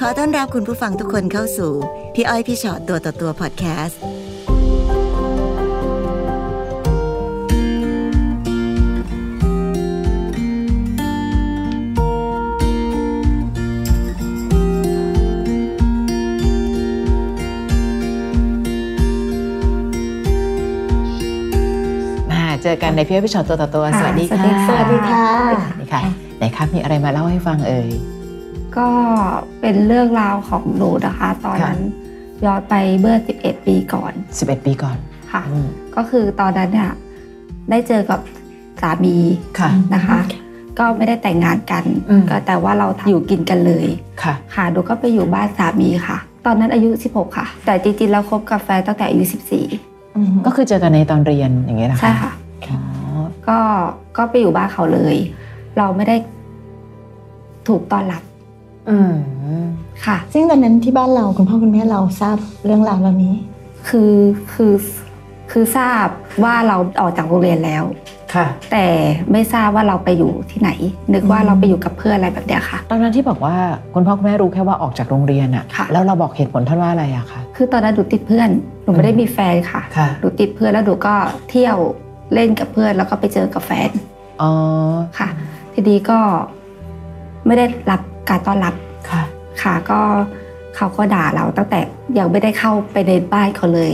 ขอต้อนรับคุณผู้ฟังทุกคนเข้าสู่ พี่อ้อยพี่ชอตตัวต่อตัวพอดแคสต์ มาเจอกันในพี่อ้อยพี่ชอตตัวต่อตัวสวัสดีค่ะ สวัสดีค่ะ สวัสดีค่ะไหนครับมีอะไรมาเล่าให้ฟังเอ่ย ก็เป็นเรื่องราวของหนูนะคะ ตอนนั้นย้อนไปเมื่อ 11 ปีก่อน 11 ปีก่อน ค่ะ อืม ก็คือตอนนั้นเนี่ยได้เจอกับสามี ค่ะ นะคะ ก็ไม่ได้แต่งงานกัน อืม ก็แต่ว่าเราอยู่กินกันเลย ค่ะ ค่ะหนูก็ไปอยู่บ้านสามีค่ะ ตอนนั้นอายุ 16 ค่ะ แต่จริงๆแล้วคบกับแฟนตั้งแต่อายุ 14 ก็คือเจอกันในตอนเรียนอย่างเงี้ยนะคะ ใช่ค่ะ อ๋อ ก็ก็ไปอยู่บ้านเขาเลย เราไม่ได้ถูกต้อนรับ อืม ค่ะ ซึ่งตอนนั้นที่บ้านเราคุณพ่อคุณแม่เราทราบเรื่องราวเหล่านี้ คือคือคือทราบว่าเราออกจากโรงเรียนแล้ว ค่ะ แต่ไม่ทราบว่าเราไปอยู่ที่ไหน นึกว่า อืม เราไปอยู่กับเพื่อนอะไรแบบเนี้ยค่ะ ตอนนั้นที่บอกว่าคุณพ่อคุณแม่รู้แค่ว่าออกจากโรงเรียนอะ ค่ะ แล้วเราบอกเหตุผลท่านว่าอะไรอะคะ คือตอนนั้นหนูติดเพื่อนหนูไม่ได้มีแฟนค่ะ ค่ะ หนูติดเพื่อนแล้วหนูก็เที่ยวเล่นกับเพื่อนแล้วก็ไปเจอกับแฟน อ๋อ ค่ะ ทีนี้ก็ไม่ได้รับการต้อนรับ ค่ะ ค่ะ ก็เขาก็ด่าเราตั้งแต่ยังไม่ได้เข้าไปในบ้านเขาเลย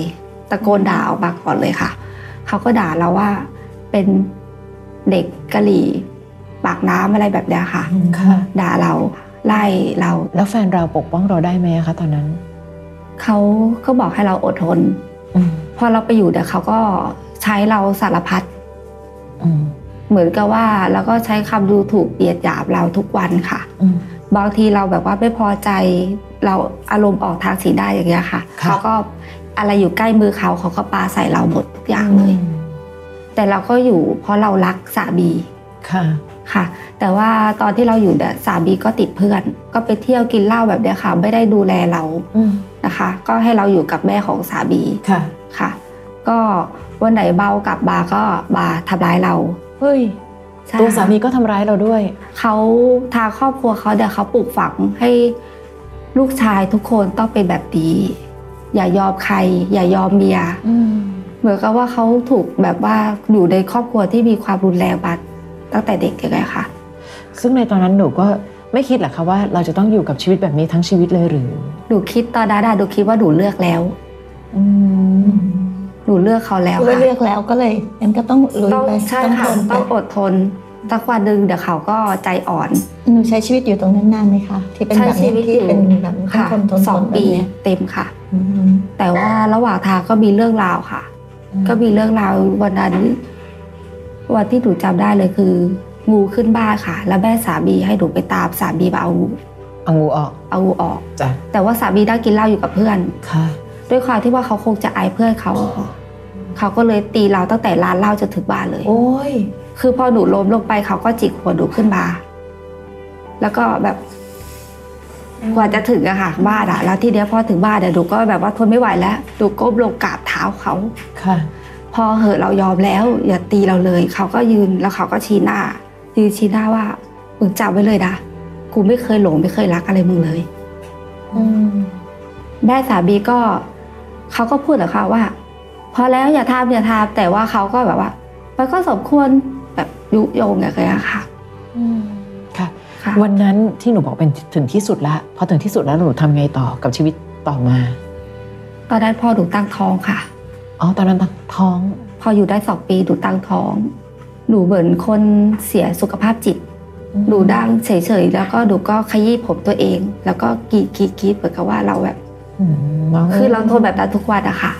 ตะโกนด่าออกมาก่อนเลยค่ะ เขาก็ด่าเราว่าเป็นเด็กกะหรี่ปากน้ำอะไรแบบเนี้ยค่ะ ค่ะ ด่าเราไล่เรา แล้วแฟนเราปกป้องเราได้ไหมอะคะตอนนั้น เขาก็บอกให้เราอดทน อืม พอเราไปอยู่เดี๋ยวเขาก็ใช้เราสารพัด อืม เหมือนกับว่าแล้วก็ใช้คำดูถูกเบียดหยามเราทุกวันค่ะ อืม บางทีเราแบบว่าไม่พอใจเราอารมณ์ออกทางสีได้าอย่างเงี้ยค่ะ ค่ะ เขาก็อะไรอยู่ใกล้มือเขาเขาก็ปาใส่เราหมดทุกอย่างเลย แต่เราก็อยู่เพราะเรารักสามี ค่ะ ค่ะ แต่ว่าตอนที่เราอยู่เนี่ยสามีก็ติดเพื่อน ก็ไปเที่ยวกินเหล้าแบบเนี้ยค่ะ ไม่ได้ดูแลเรา อืม นะคะ ก็ให้เราอยู่กับแม่ของสามี ค่ะ ค่ะ ก็วันไหนเมากลับมาก็มาทำร้ายเรา เฮ้ย ใช่ ตัวสามีก็ทำร้ายเราด้วย เขาทางครอบครัวเขาเดี๋ยวเขาปลูกฝังให้ลูกชายทุกคนต้องเป็นแบบนี้ อย่ายอมใคร อย่ายอมเมีย อืม เหมือนกับว่าเขาถูกแบบว่าอยู่ในครอบครัวที่มีความรุนแรงมาตั้งแต่เด็กยังไงค่ะ ซึ่งในตอนนั้นหนูก็ไม่คิดหรอกค่ะว่าเราจะต้องอยู่กับชีวิตแบบนี้ทั้งชีวิตเลยหรือ หนูคิดตอนนั้นอะหนูคิดว่าหนูเลือกแล้ว อืม หนูเลือกเขาแล้ว ก็ ค่ะ เลือกแล้วก็เลยงั้นก็ต้องลุย ต้อง ไป ใช่ ต้อง ค่ะ ทนไป ต้องอดทนสักวันหนึ่งเดี๋ยวเขาก็ใจอ่อน หนูใช้ชีวิตอยู่ตรงนั้นนานไหมคะที่เป็น ใช้ แบบ ชี นี้ วิต ที่ อยู่ เป็นแบบนี้ต้อง ค่ะ ทนทน สอง ทน ปี แบบเนี้ย เต็มค่ะ อืม แต่ว่าระหว่างทางก็มีเรื่องราวค่ะ ก็มีเรื่องราววันนั้นวันที่หนูจำได้เลยคือ งูขึ้นบ้านค่ะ แล้วแม่สามีให้หนูไปตามสามีมาเอางู เอางูออก เอางูออก จ้ะ แต่ว่าสามีนั่งกินเหล้าอยู่กับเพื่อน ค่ะ ด้วยความที่ว่าเขาคงจะอายเพื่อนเขาเขาก็เลยตีเราตั้งแต่ร้านเหล้าจนถึงบ้านเลย โอ้ย คือพอหนูล้มลงไปเขาก็จิกหัวหนูขึ้นมา แล้วก็แบบกว่าจะถึงอะค่ะบ้านอะแล้วทีเนี้ยพอถึงบ้านเดี๋ยวหนูก็แบบว่าทนไม่ไหวแล้วหนูก้มลงกราบเท้าเขา ค่ะ พอเหอะเรายอมแล้ว อย่าตีเราเลยเขาก็ยืนแล้วเขาก็ชี้หน้ายืนชี้หน้าว่ามึงจำไว้เลยนะกูไม่เคยหลงไม่เคยรักอะไรมึงเลย อืม แม่สามีก็เขาก็พูดกับเขาว่า พอแล้วอย่าทำอย่าทำแต่ว่าเขาก็แบบว่า มันก็สมควรแบบยุยงอย่างเงี้ยค่ะ ค่ะ ค่ะ วันนั้นที่หนูบอกเป็นถึงที่สุดละ พอถึงที่สุดแล้วหนูทำไงต่อกับชีวิตต่อมา ตอนนั้นพ่อหนูตั้งท้องค่ะ อ๋อ ตอนนั้นท้อง พออยู่ได้สองปีหนูตั้งท้อง หนูเหมือนคนเสียสุขภาพจิต หนูดังเฉยๆ แล้วก็หนูก็ขยี้ผมตัวเอง แล้วก็กรีดกรีดกรีดเหมือนกับว่าเราแบบ อืมน้งย คือเราทนแบบนั้นทุกวันอะค่ะ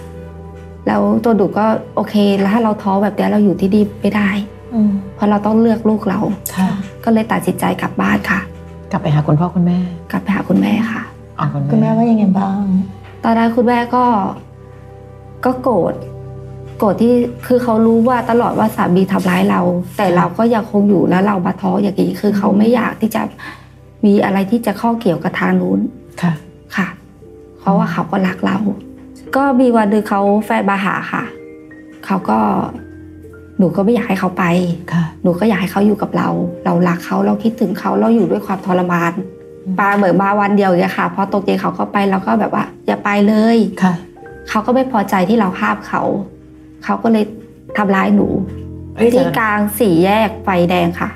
แล้วตัวหนูก็โอเค แล้วถ้าเราท้อแบบเนี้ยเราอยู่ที่ดีไม่ได้ อืม เพราะเราต้องเลือกลูกเรา ค่ะ ก็เลยตัดสินใจกลับบ้านค่ะ กลับไปหาคุณพ่อคุณแม่ กลับไปหาคุณแม่ค่ะ อ๋อ คุณแม่ว่ายังไงบ้าง ตอนนั้นคุณแม่ก็ก็โกรธโกรธที่คือเขารู้ว่าตลอดว่าสามีทำร้ายเรา แต่เราก็ยังคงอยู่แล้วเรามาท้ออย่างนี้คือเขาไม่อยากที่จะมีอะไรที่จะข้อเกี่ยวกับทางนู้น ค่ะ ค่ะ เพราะว่าเขาก็รักเรา ก็มีวันหนึ่งเขาแฟนมาหาค่ะ เขาก็หนูก็ไม่อยากให้เขาไป ค่ะ หนูก็อยากให้เขาอยู่กับเรา เรารักเขาเราคิดถึงเขาเราอยู่ด้วยความทรมาน ปาเหมือนมาวันเดียวอย่างเงี้ยค่ะพอตกเย็นเขาก็ไปเราก็แบบว่า อย่าไปเลย ค่ะ เขาก็ไม่พอใจที่เราห้ามเขา เขาก็เลยทำร้ายหนู เอ้ยแต่ ที่ ละ กลางสี่แยกไฟแดงค่ะ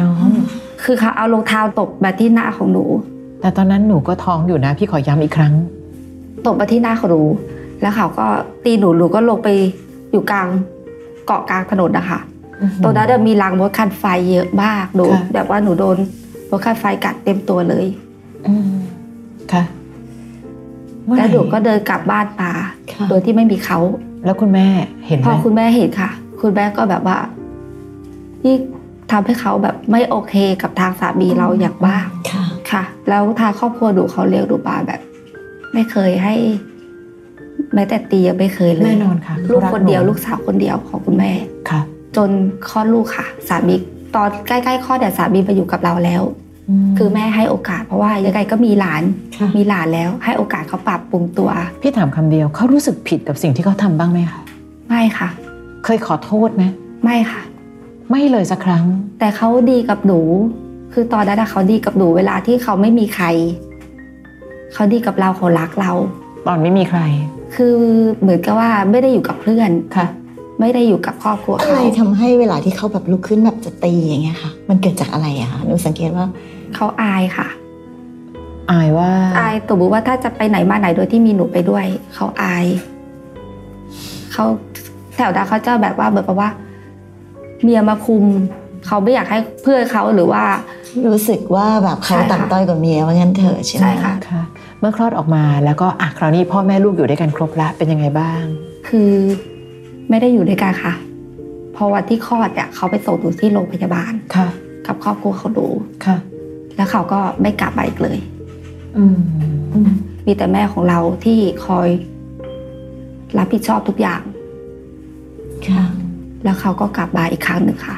น้อง คือเขาเอารองเท้าตบมาที่หน้าของหนู แต่ตอนนั้นหนูก็ท้องอยู่นะ พี่ขอย้ำอีกครั้ง ตบมาที่หน้าของหนู แล้วเขาก็ตีหนูหนูก็ลงไปอยู่กลางเกาะกลางถนนนะคะตรงนั้นจะมีรางรถคันไฟเยอะมากหนู ค่ะ แบบว่าหนูโดนรถคันไฟกัดเต็มตัวเลย อืมค่ะเมื่อไห แล้ ร่ วหนูก็เดินกลับบ้านมา ค่ะ โดยที่ไม่มีเขา แล้วคุณแม่เห็นไห พ ม อคุณแม่เห็นค่ะ คุณแม่ก็แบบว่าที่ทำให้เขาแบบไม่โอเคกับทางสามีเราอย่างมาก ค่ะ ค่ะ แล้วทางครอบครัวดูเขาเลี้ยงดูปาแบบ ไม่เคยให้ แม้แต่ตียังไม่เคยเลย แน่นอนค่ะ ลูกคนเดียว ขารัห ลูกสาวคนเดียวของคุณแม่ ค่ะ จนคลอดลูกค่ะ สามีตอนใกล้ๆคลอดแต่ยสามีไปอยู่กับเราแล้ว ม คือแม่ให้โอกาส เพราะว่ายังไงก็มีหลาน ค่ะ มีหลานแล้ว ให้โอกาสเขาปรับปรุงตัว พี่ถามคำเดียวเขารู้สึกผิดกับสิ่งที่เขาทำบ้างไหมคะ ไม่ค่ะ เคยขอโทษไหม ไม่ค่ะ ไม่เลยสักครั้ง แต่เขาดีกับหนู คือตอนนั้นอะเขาดีกับหนูเวลาที่เขาไม่มีใคร เขาดีกับเราเขารักเรา ตอนไม่มีใคร คือเหมือนกับว่าไม่ได้อยู่กับเพื่อน ค่ะ ไม่ได้อยู่กับครอบครัว อะไร เขา ทำให้เวลาที่เขาแบบลุกขึ้นแบบจะตีอย่างเงี้ยค่ะ มันเกิดจากอะไรอะคะหนูสังเกตว่า เขาอายค่ะ อายว่า อายสมมติว่าถ้าจะไปไหนมาไหนโดยที่มีหนูไปด้วย เขาอาย เขาแถวดาเขาจะแบบว่าเหมือนกับว่า เมียมาคุม เขาไม่อยากให้เพื่อนเขาหรือว่า รู้สึกว่าแบบเขา ใช่ค่ะ ต่ำต้อยกว่าเมียว่างั้นเถอะใช่ไหม ใช่ค่ะ ค่ะ เมื่อคลอดออกมาแล้วก็อ่ะคราวนี้พ่อแม่ลูกอยู่ด้วยกันครบละเป็นยังไงบ้าง คือไม่ได้อยู่ด้วยกันค่ะ พอวันที่คลอดเนี่ยเขาไปส่งหนูที่โรงพยาบาล ค่ะ กับครอบครัวเขาดู ค่ะ แล้วเขาก็ไม่กลับมาอีกเลย อืม อืม มีแต่แม่ของเราที่คอยรับผิดชอบทุกอย่าง ค่ะ แล้วเขาก็กลับมาอีกครั้งหนึ่งค่ะ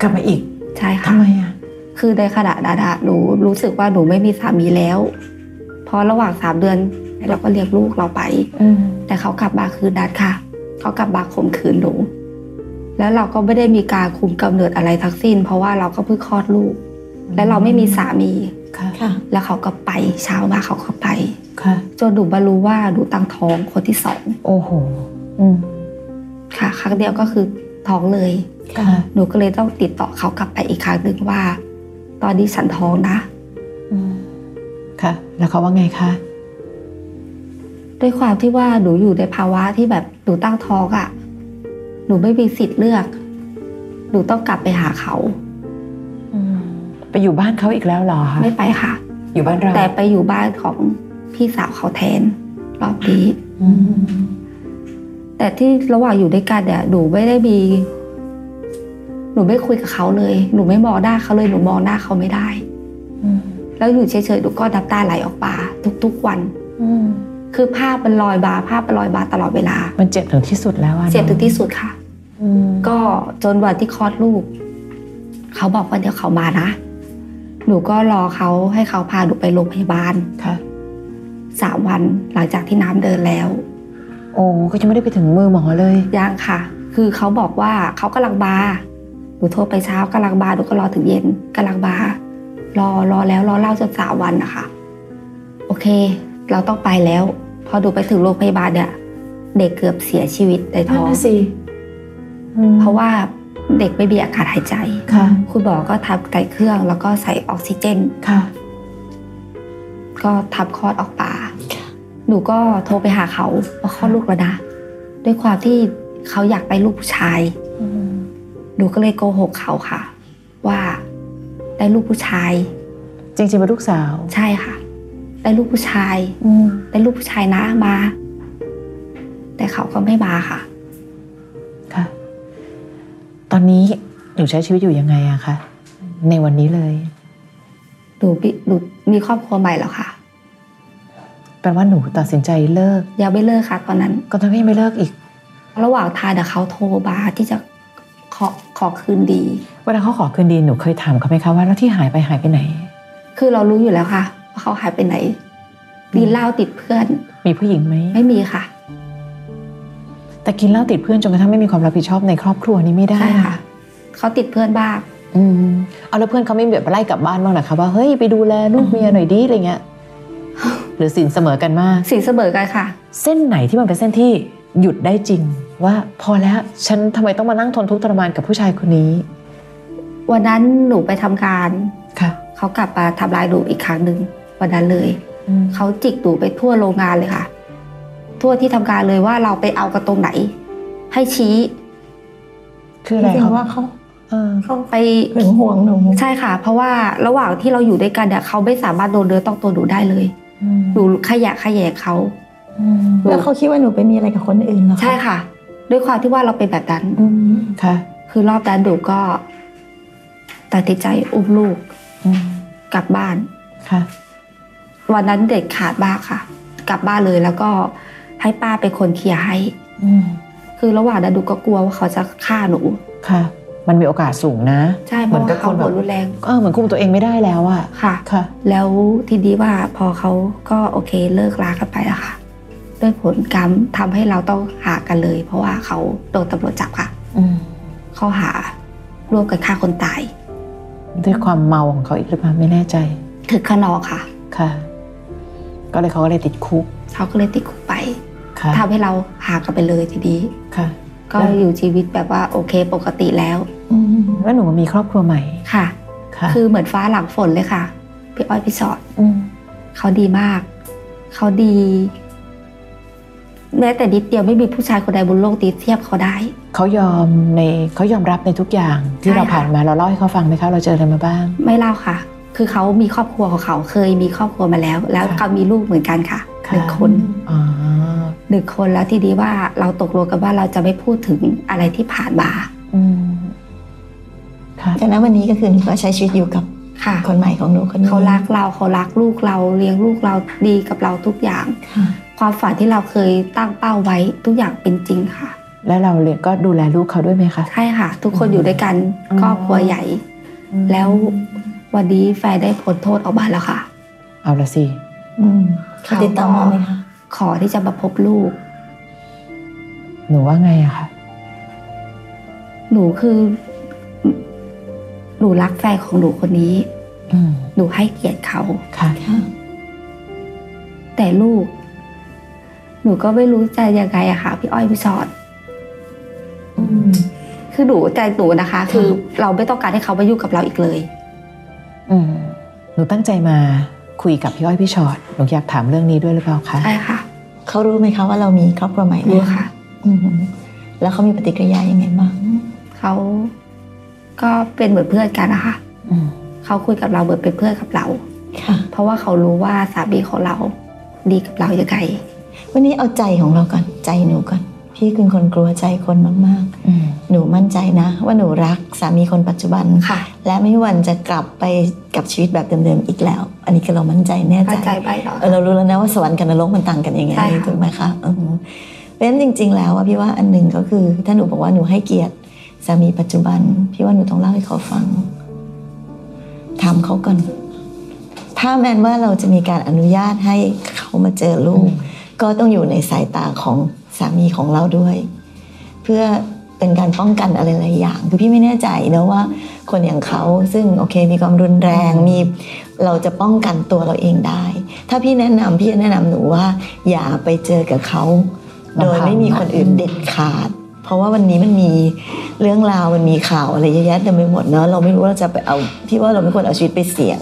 กลับมาอีก ใช่ ทำ ค่ะ ไมอ่ะ คือในขณะนั้นอะหนูรู้สึกว่าหนูไม่มีสามีแล้ว เพราะระหว่างสามเดือนเราก็เลี้ยงลูกเราไป อืม แต่เขากลับมาคืนนั้นค่ะ เขากลับมาข่มขืนหนู แล้วเราก็ไม่ได้มีการคุมกำเนิดอะไรทั้งสิ้น เพราะว่าเราก็เพิ่งคลอดลูก และเราไม่มีสามี ค่ะ ค่ะ แล้วเขาก็ไปเช้ามาเขาก็ไป ค่ะ จนหนูมารู้ว่าหนูตั้งท้องคนที่สอง โอ้โห อืม ค่ะ ครั้งเดียวก็คือท้องเลย ค่ะ หนูก็เลยต้องติดต่อเขากลับไปอีกครั้งหนึ่งว่า ตอนนี้ฉันท้องนะ อืมค่ะ แล้วเขาว่าไงคะ ด้วยความที่ว่าหนูอยู่ในภาวะที่แบบหนูตั้งท้องอะ่ะ หนูไม่มีสิทธิ์เลือก หนูต้องกลับไปหาเขา อืมไปอยู่บ้านเขาอีกแล้วเหรอคะ ไม่ไปค่ะ อยู่บ้านเรา แต่ไปอยู่บ้านของพี่สาวเขาแทนรอบนี้ อืม แต่ที่ระหว่างอยู่ด้วยกันเนี่ยหนูไม่ได้มี หนูไม่คุยกับเขาเลย หนูไม่มองหน้าเขาเลยหนูมองหน้าเขาไม่ได้ อืม แล้วอยู่เฉยๆหนูก็น้ำตาไหลออกมาทุกๆวัน อืม คือภาพมันลอยมาภาพมันลอยมาตลอดเวลา มันเจ็บถึงที่สุดแล้วอะนอะ เจ็บถึงที่สุดค่ะ อืม ก็จนวันที่คลอดลูก เขาบอกว่าเดี๋ยวเขามานะ หนูก็รอเขาให้เขาพาหนูไปโรงพยาบาล ค่ะ สามวันหลังจากที่น้ำเดินแล้ว โอ้ก็ยังไม่ได้ไปถึงมือหมอเลย ยังค่ะ คือเขาบอกว่าเขากำลังมาหนูโทรไปเช้ากำลังมาหนูก็รอถึงเย็นกำลังมารอรอแล้วรอเล่าจนสามวันนะคะโอเค เราต้องไปแล้ว พอหนูไปถึงโรงพยาบาลเนี่ยเด็กเกือบเสียชีวิตในท้องเพราะว่าเด็กไม่มีอากาศหายใจ ค่ะ คุณหมอก็ทำไก่เครื่องแล้วก็ใส่ออกซิเจน ค่ะ ก็ทับคลอดออกปาหนูก็โทรไปหาเขาว่าคลอดลูกแล้วนะด้วยความที่เขาอยากไปลูกผู้ชาย อืม หนูก็เลยโกหกเขาค่ะ ว่าได้ลูกผู้ชาย จริงๆเป็นลูกสาว ใช่ค่ะ ได้ลูกผู้ชาย อืม ได้ลูกผู้ชายนะมา แต่เขาก็ไม่มาค่ะ ค่ะ ตอนนี้หนูใช้ชีวิตอยู่ยังไงอะคะ ในวันนี้เลย หนูมีหนูมีครอบครัวใหม่แล้วค่ะ แปลว่าหนูตัดสินใจเลิก ยังไม่เลิกค่ะตอนนั้น ก็ตอนนี้นยังไม่เลิกอีก ระหว่างทางเดี๋ยวเขาโทรมาที่จะขอขอคืนดี เวลาเขาขอคืนดีหนูเคยถามเขาไหมคะว่าแล้วที่หายไปหายไปไหน คือเรารู้อยู่แล้วค่ะว่าเขาหายไปไหนกินเหล้าติดเพื่อน มีผู้หญิงไหม ไม่มีค่ะ แต่กินเหล้าติดเพื่อนจนกระทั่งไม่มีความรับผิดชอบในครอบครัวนี้ไม่ได้ ใช่ค่ะ เขาติดเพื่อนบ้าง อืมเอาแล้วเพื่อนเขาไม่แบบไล่กลับบ้านบ้างเหรอคะว่าเฮ้ยไปดูแลลูกเมียหน่อยดิอะไรเงี้ย หรือสินเสมอกันมาก สีเสมอกันค่ะ เส้นไหนที่มันเป็นเส้นที่หยุดได้จริง ว่าพอแล้วฉันทำไมต้องมานั่งทนทุกข์ทรมานกับผู้ชายคนนี้ วันนั้นหนูไปทำการ ค่ะ เขากลับมาทำร้ายหนูอีกครั้งหนึ่งวันนั้นเลย อืม เขาจิกหนูไปทั่วโรงงานเลยค่ะ ทั่วที่ทำการเลยว่าเราไปเอากระตรงไหน ให้ชี้ คืออะไร จริง เขา ๆว่าเขา เออ เขา ไป หึงหวงหนู ใช่ค่ะ เพราะว่าระหว่างที่เราอยู่ด้วยกันเนี่ยเขาไม่สามารถโดนเนื้อต้องตัวหนูได้เลย อืม หนูขยะแขยะเขา อืม แล้วเขาคิดว่าหนูไปมีอะไรกับคนอื่นเหรอคะ ใช่ค่ะ ด้วยความที่ว่าเราเป็นแบบนั้น อืม ค่ะ คือรอบนั้นหนูก็ตัดสินใจอุ้มลูก อืม กลับบ้าน ค่ะ วันนั้นเด็ดขาดมากค่ะ กลับบ้านเลยแล้วก็ให้ป้าเป็นคนเคลียร์ให้ อืม คือระหว่างนั้นหนูก็กลัวว่าเขาจะฆ่าหนู ค่ะ มันมีโอกาสสูงนะ ใช่เพ เหมือ ราะ นกับ ว่าคเขานแบบ หัวรุนแรง เออเหมือนคุมตัวเองไม่ได้แล้วอะ ค่ะ ค่ะ แล้วทีนี้ว่าพอเขาก็โอเคเลิกลากันไปแล้วค่ะ ด้วยผลกรรมทำให้เราต้องหากันเลย เพราะว่าเขาโดนตำรวจจับค่ะ อืม ข้อหาร่วมกันฆ่าคนตาย ด้วยความเมาของเขาอีกหรือเปล่าไม่แน่ใจ ถึงขนองค่ะ ค่ะ ก็เลยเขาก็เลยติดคุก เขาก็เลยติดคุกไป ค่ะ ทำให้เราหากันไปเลยทีนี้ ค่ะ ก็ แล้ว อยู่ชีวิตแบบว่าโอเคปกติแล้ว อืม แล้วหนูมีครอบครัวใหม่ ค่ะ ค่ะ คือเหมือนฟ้าหลังฝนเลยค่ะ พี่อ้อยพี่สอด ม เขาดีมาก เขาดี แม้แต่นิดเดียวไม่มีผู้ชายคนใดบนโลกตีเทียบเขาได้ เขายอมในเขายอมรับในทุกอย่างที่ ใช่ เรา ค่ะ ผ่านมาเราเล่าให้เขาฟังไหมคะเราเจออะไรมาบ้าง ไม่เล่าค่ะ คือเขามีครอบครัวของเขาเคยมีครอบครัวมาแล้ว แล้ว ค่ะ เขามีลูกเหมือนกันค่ะ ค่ะ หนึ่งคน อ๋อ หนึ่งคนแล้วทีนี้ว่าเราตกลงกันว่าเราจะไม่พูดถึงอะไรที่ผ่านมา อืมค่ะ จากนั้นวันนี้ก็คือหนูก็ใช้ชีวิตอยู่กับ ค่ะ คนใหม่ของหนูคนนี้ เขารักเราเขารักลูกเราเลี้ยงลูกเราดีกับเราทุกอย่าง ค่ะ ความฝันที่เราเคยตั้งเป้าไว้ทุกอย่างเป็นจริงค่ะ แล้วเราเรียนก็ดูแลลูกเขาด้วยไหมคะ ใช่ค่ะ ทุกคน อืม อยู่ด้วยกัน อ๋อ ครอบครัวใหญ่ แล้ววันนี้แฟนได้พ้นโทษออกมาแล้วค่ะ เอาละสิ อืมเขาติดต่อมาไหมคะ ขอที่จะมาพบลูก หนูว่าไงอะคะ หนูคือหนูรักแฟนของหนูคนนี้ อืม หนูให้เกียรติเขา ค่ะ ค่ะ แต่ลูก หนูก็ไม่รู้ใจยังไงอะค่ะ พี่อ้อยพี่ชอด อืม คือหนูใจหนูนะคะ คือเราไม่ต้องการให้เขามายุ่งกับเราอีกเลย อืมหนูตั้งใจมาคุยกับพี่อ้อยพี่ชอ็อตหนูอยากถามเรื่องนี้ด้วยหรือเปล่าคะ ใช่ค่ะ เขารู้ไหมคะว่าเรามีครอบครัวใหม่แล้ว รู้ค่ะ อืมแล้วเขามีปฏิกิริยายังไงบ้าง เขาก็เป็นเหมือนเพื่อนกันนะคะ อืม เขาคุยกับเราเหมือนเป็นเพื่อนกับเรา ค่ะ เพราะว่าเขารู้ว่าสามีของเราดีกับเรายังไง วันนี้เอาใจของเราก่อน ใจหนูก่อน พี่คือคนกลัวใจคนมาก อืม ๆ หนูมั่นใจนะ ว่าหนูรักสามีคนปัจจุบัน ค่ะ และไม่มีวันจะกลับไปกับชีวิตแบบเดิมๆอีกแล้ว อันนี้คือเรามั่นใจแน่ เข้า ใจ ใจไปเหรอ เออเรารู้แล้วนะว่าสวรรค์กับนรกมันต่างกันยังไง ใช่ค่ะ ถูกไหมคะอืมเพราะฉะนั้นจริง ๆ แล้วอะพี่ว่าอันหนึ่งก็คือ ถ้าหนูบอกว่าหนูให้เกียรติสามีปัจจุบัน พี่ว่าหนูต้องเล่าให้เขาฟังถามเขาก่อน ถ้าแมนว่าเราจะมีการอนุญาตให้เขามาเจอลูก ก็ต้องอยู่ในสายตาของสามีของเราด้วย เพื่อเป็นการป้องกันอะไรหลายอย่าง คือพี่ไม่แน่ใจนะว่า คนอย่างเขาซึ่งโอเค มีความรุนแรงมีเราจะป้องกันตัวเราเองได้ ถ้าพี่แนะนำพี่จะแนะนำหนูว่า อย่าไปเจอกับเขา โดยไม่มีคนอื่นเด็ดขาด เพราะว่าวันนี้มันมีเรื่องราวมันมีข่าวอะไรเยอะแยะเต็มไปหมดเนาะเราไม่รู้ว่าเราจะไปเอาพี่ว่าเราไม่ควรเอาชีวิตไปเสี่ยง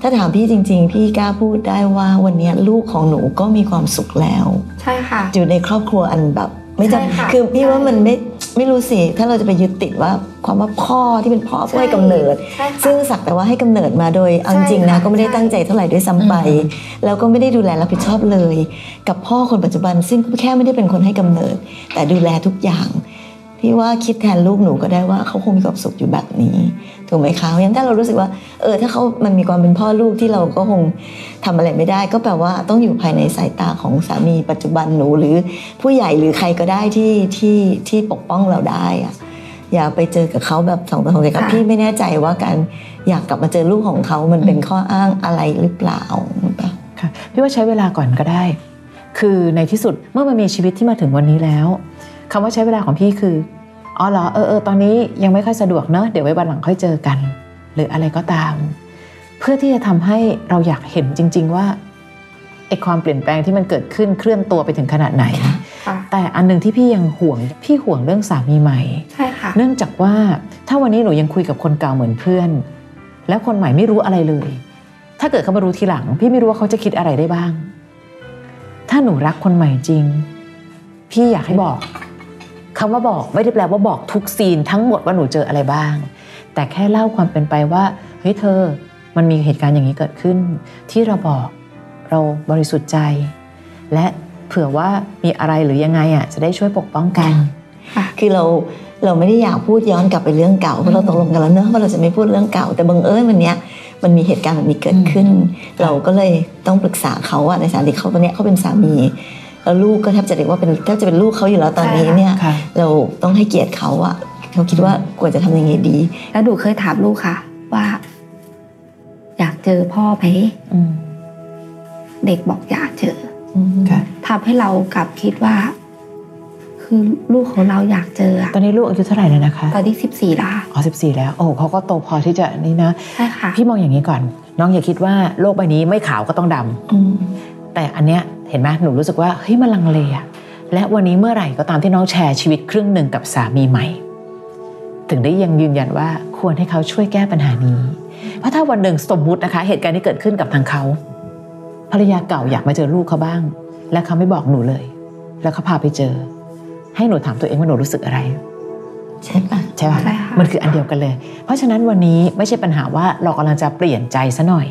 ถ้าถามพี่จริง ๆ พี่กล้าพูดได้ว่าวันนี้ลูกของหนูก็มีความสุขแล้ว ใช่ค่ะ อยู่ในครอบครัวอันแบบ ไม่จ ใช่ค่ะ ำคือพี่ ใช่ ว่ามันไม่ไม่รู้สิถ้าเราจะไปยึดติดว่าความว่าพ่อที่เป็นพ่อผู้ให้กำเนิด ใช่ค่ะ ซึ่งสักแต่ว่าให้กำเนิดมาโดยเอาจริงๆนะ ใช่ค่ะ ก็ไม่ได้ตั้งใจเท่าไหร่ด้วยซ้ำไป แล้วก็ไม่ได้ดูแลรับผิดชอบเลย กับพ่อคนปัจจุบัน ซึ่งแค่ไม่ได้เป็นคนให้กำเนิด แต่ดูแลทุกอย่างพี่ว่าคิดแทนลูกหนูก็ได้ว่าเขาคงมีความสุขอยู่แบบนี้ถูกไหมคะเพราะฉะนั้นถ้าเรารู้สึกว่าเออถ้าเขามันมีความเป็นพ่อลูกที่เราก็คงทำอะไรไม่ได้ ก็แปลว่าต้องอยู่ภายในสายตาของสามีปัจจุบันหนูหรือผู้ใหญ่หรือใครก็ได้ที่ที่ที่ปกป้องเราได้อะอย่าไปเจอกับเขาแบบสองต่อสองเลยกับ ค่ะ พี่ไม่แน่ใจว่าการ อยากกลับมาเจอลูกของเขา มันเป็นข้ออ้างอะไรหรือเปล่าหรือเปล่า ค่ะพี่ว่าใช้เวลาก่อนก็ได้ คือในที่สุดเมื่อมันมีชีวิตที่มาถึงวันนี้แล้วคำว่าใช้เวลาของพี่คือ อ๋อเหรอเออเออตอนนี้ยังไม่ค่อยสะดวกเนอะเดี๋ยวไว้วันหลังค่อยเจอกัน หรืออะไรก็ตาม เพื่อที่จะทำให้เราอยากเห็นจริง ๆ ว่าไอความเปลี่ยนแปลงที่มันเกิดขึ้นเคลื่อนตัวไปถึงขนาดไหน ค่ะ แต่อันหนึ่งที่พี่ยังห่วงพี่ห่วงเรื่องสามีใหม่ ใช่ค่ะ เนื่องจากว่าถ้าวันนี้หนูยังคุยกับคนเก่าเหมือนเพื่อน แล้วคนใหม่ไม่รู้อะไรเลย ถ้าเกิดเขามารู้ทีหลัง พี่ไม่รู้ว่าเขาจะคิดอะไรได้บ้าง ถ้าหนูรักคนใหม่จริง พี่อยากให้บอกคำว่าบอกไม่ได้แปลว่าบอกทุกซีนทั้งหมดว่าหนูเจออะไรบ้าง แต่แค่เล่าความเป็นไปว่าเฮ้ยเธอ มันมีเหตุการณ์อย่างนี้เกิดขึ้น ที่เราบอกเราบริสุทธิ์ใจ และเผื่อว่ามีอะไรหรือยังไงอ่ะจะได้ช่วยปกป้องกัน คือเราเราไม่ได้อยากพูดย้อนกลับไปเรื่องเก่าเพราะเราตกลงกันแล้วเนอะว่าเราจะไม่พูดเรื่องเก่า แต่บังเอิญวันเนี้ยมันมีเหตุการณ์แบบนี้เกิดขึ้น เราก็เลยต้องปรึกษาเขาอะในสถานที่เขาตอนเนี้ยเขาเป็นสามีแล้วลูกก็แทบจะเรียกว่าเป็นแทบจะเป็นลูกเขาอยู่แล้วตอนนี้เนี่ย ค่ะ เราต้องให้เกียรติเขาอะเขาคิดว่ากวรจะทำยังไงดี แล้วหนูเคยถามลูกค่ะ ว่า อยากเจอพ่อไหม อืม เด็กบอกอยากเจอ ค่ะ ทำให้เรากลับคิดว่า คือลูกของเราอยากเจออะ ตอนนี้ลูกอายุเท่าไหร่แล้วนะคะ ตอนที่สิบสี่ละ อ๋อสิบสี่แล้ว โอ้เขาก็โตพอที่จะนี่นะ ใช่ค่ะ พี่มองอย่างนี้ก่อน น้องอย่าคิดว่าโลกใบนี้ไม่ขาวก็ต้องดำ แต่อันเนี้ยเห็นไหมหนูรู้สึกว่าเฮ้ยมันลังเลอะและวันนี้เมื่อไหร่ก็ตามที่น้องแชร์ชีวิตครึ่งหนึ่งกับสามีใหม่ ถึงได้ยังยืนยันว่าควรให้เขาช่วยแก้ปัญหานี้ เพราะถ้าวันหนึ่งสมมุตินะคะ เหตุการณ์ที่เกิดขึ้นกับทางเขาภรรยาเก่าอยากมาเจอลูกเขาบ้าง และเขาไม่บอกหนูเลย แล้วเขาพาไปเจอ ให้หนูถามตัวเองว่าหนูรู้สึกอะไร ใช่ปะ ใช่ป่ะ ใช่ค่ะ มันคืออันเดียวกันเลย เพราะฉะนั้นวันนี้ไม่ใช่ปัญหาว่าเรากำลังจะเปลี่ยนใจซะหน่อย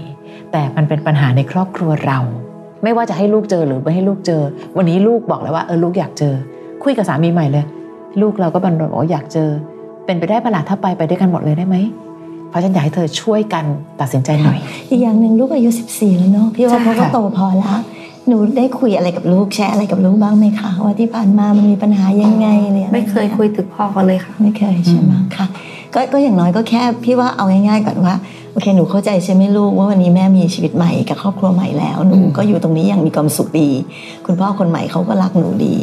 แต่มันเป็นปัญหาในครอบครัวเรา ไม่ว่าจะให้ลูกเจอหรือไม่ให้ลูกเจอ วันนี้ลูกบอกแล้วว่าเออลูกอยากเจอ คุยกับสามีใหม่เลย ลูกเราก็บันรบอกว่าอยากเจอ เป็นไปได้ปะล่ะถ้าไปไปด้วยกันหมดเลยได้ไหม เพราะฉันอยากให้เธอช่วยกันตัดสินใจหน่อย อีกอย่างหนึ่งลูกอายุ 14 แล้วเนาะพี่ว่า ใช่ เขาก็ ค่ะ โตพอแล้ว หนูได้คุยอะไรกับลูกแชร์อะไรกับลูกบ้างไหมคะว่าที่ผ่านมามันมีปัญหายังไงเนี่ย ไม่เคยคุยถึงพ่อเขาเลยค่ะ ไม่เคยใช่ไหมคะก็ก็อย่างน้อยก็แค่พี่ว่าเอาง่ายๆก่อนว่าโอเคหนูเข้าใจใช่ไหมลูกว่าวันนี้แม่มีชีวิตใหม่กับครอบครัวใหม่แล้วหนูก็อยู่ตรงนี้อย่างมีความสุขดี คุณพ่อคนใหม่เขาก็รักหนูดี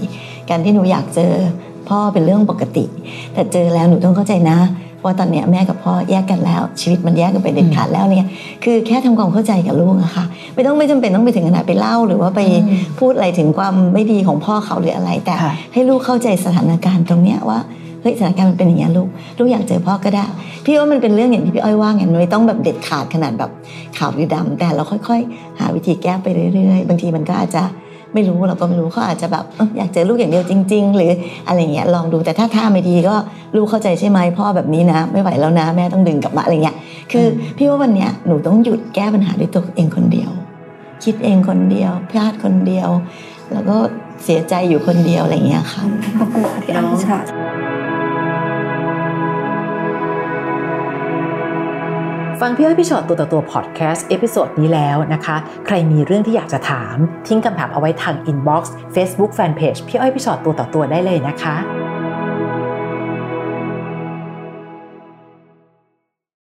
การที่หนูอยากเจอพ่อเป็นเรื่องปกติ แต่เจอแล้วหนูต้องเข้าใจนะว่าตอนเนี้ยแม่กับพ่อแยกกันแล้ว ชีวิตมันแยกกันไปเด็ดขาดแล้วเนี่ย คือแค่ทำความเข้าใจกับลูกอะค่ะ ไม่ต้องไม่จำเป็นต้องไปถึงขนาดไปเล่า หรือว่าไปพูดอะไรถึงความไม่ดีของพ่อเขาหรืออะไร แต่ ค่ะ ให้ลูกเข้าใจสถานการณ์ตรงเนี้ยว่าเฮ้ยสถานการณ์มันเป็นอย่างนี้ยลูกลูกอยากเจอพ่อก็ได้ พี่ว่ามันเป็นเรื่องอย่างที่พี่อ้อยว่าไงมันไม่ต้องแบบเด็ดขาดขนาดแบบขาวหรือดำแต่เราค่อยๆ หาวิธีแก้ไปเรื่อยๆ บางทีมันก็อาจจะไม่รู้เราก็ไม่รู้เขาอาจจะแบบเอ้ยอยากเจอลูกอย่างเดียวจริง ๆ หรืออะไรเงี้ยลองดูแต่ถ้าท่าไม่ดีก็ลูกเข้าใจใช่ไหมพ่อแบบนี้นะ ไม่ไหวแล้วนะแม่ต้องดึงกลับมาอะไรเงี้ย คือพี่ว่าวันเนี้ยหนูต้องหยุดแก้ปัญหาด้วยตัวเองคนเดียว คิดเองคนเดียวพลาดคนเดียว แล้วก็เสียใจอยู่คนเดียวอะไรอย่างเงี้ยค่ะ ขอบคุณค่ะพี่อ้อยพี่ชอต ฟังพี่อ้อยพี่ชอตตัวต่อตัวพอดแคสต์เอพิโซดนี้แล้วนะคะ ใครมีเรื่องที่อยากจะถาม ทิ้งคำถามเอาไว้ทางอินบ็อกซ์เฟซบุ๊กแฟนเพจพี่อ้อยพี่ชอตตัวต่อตัวได้เลยนะคะ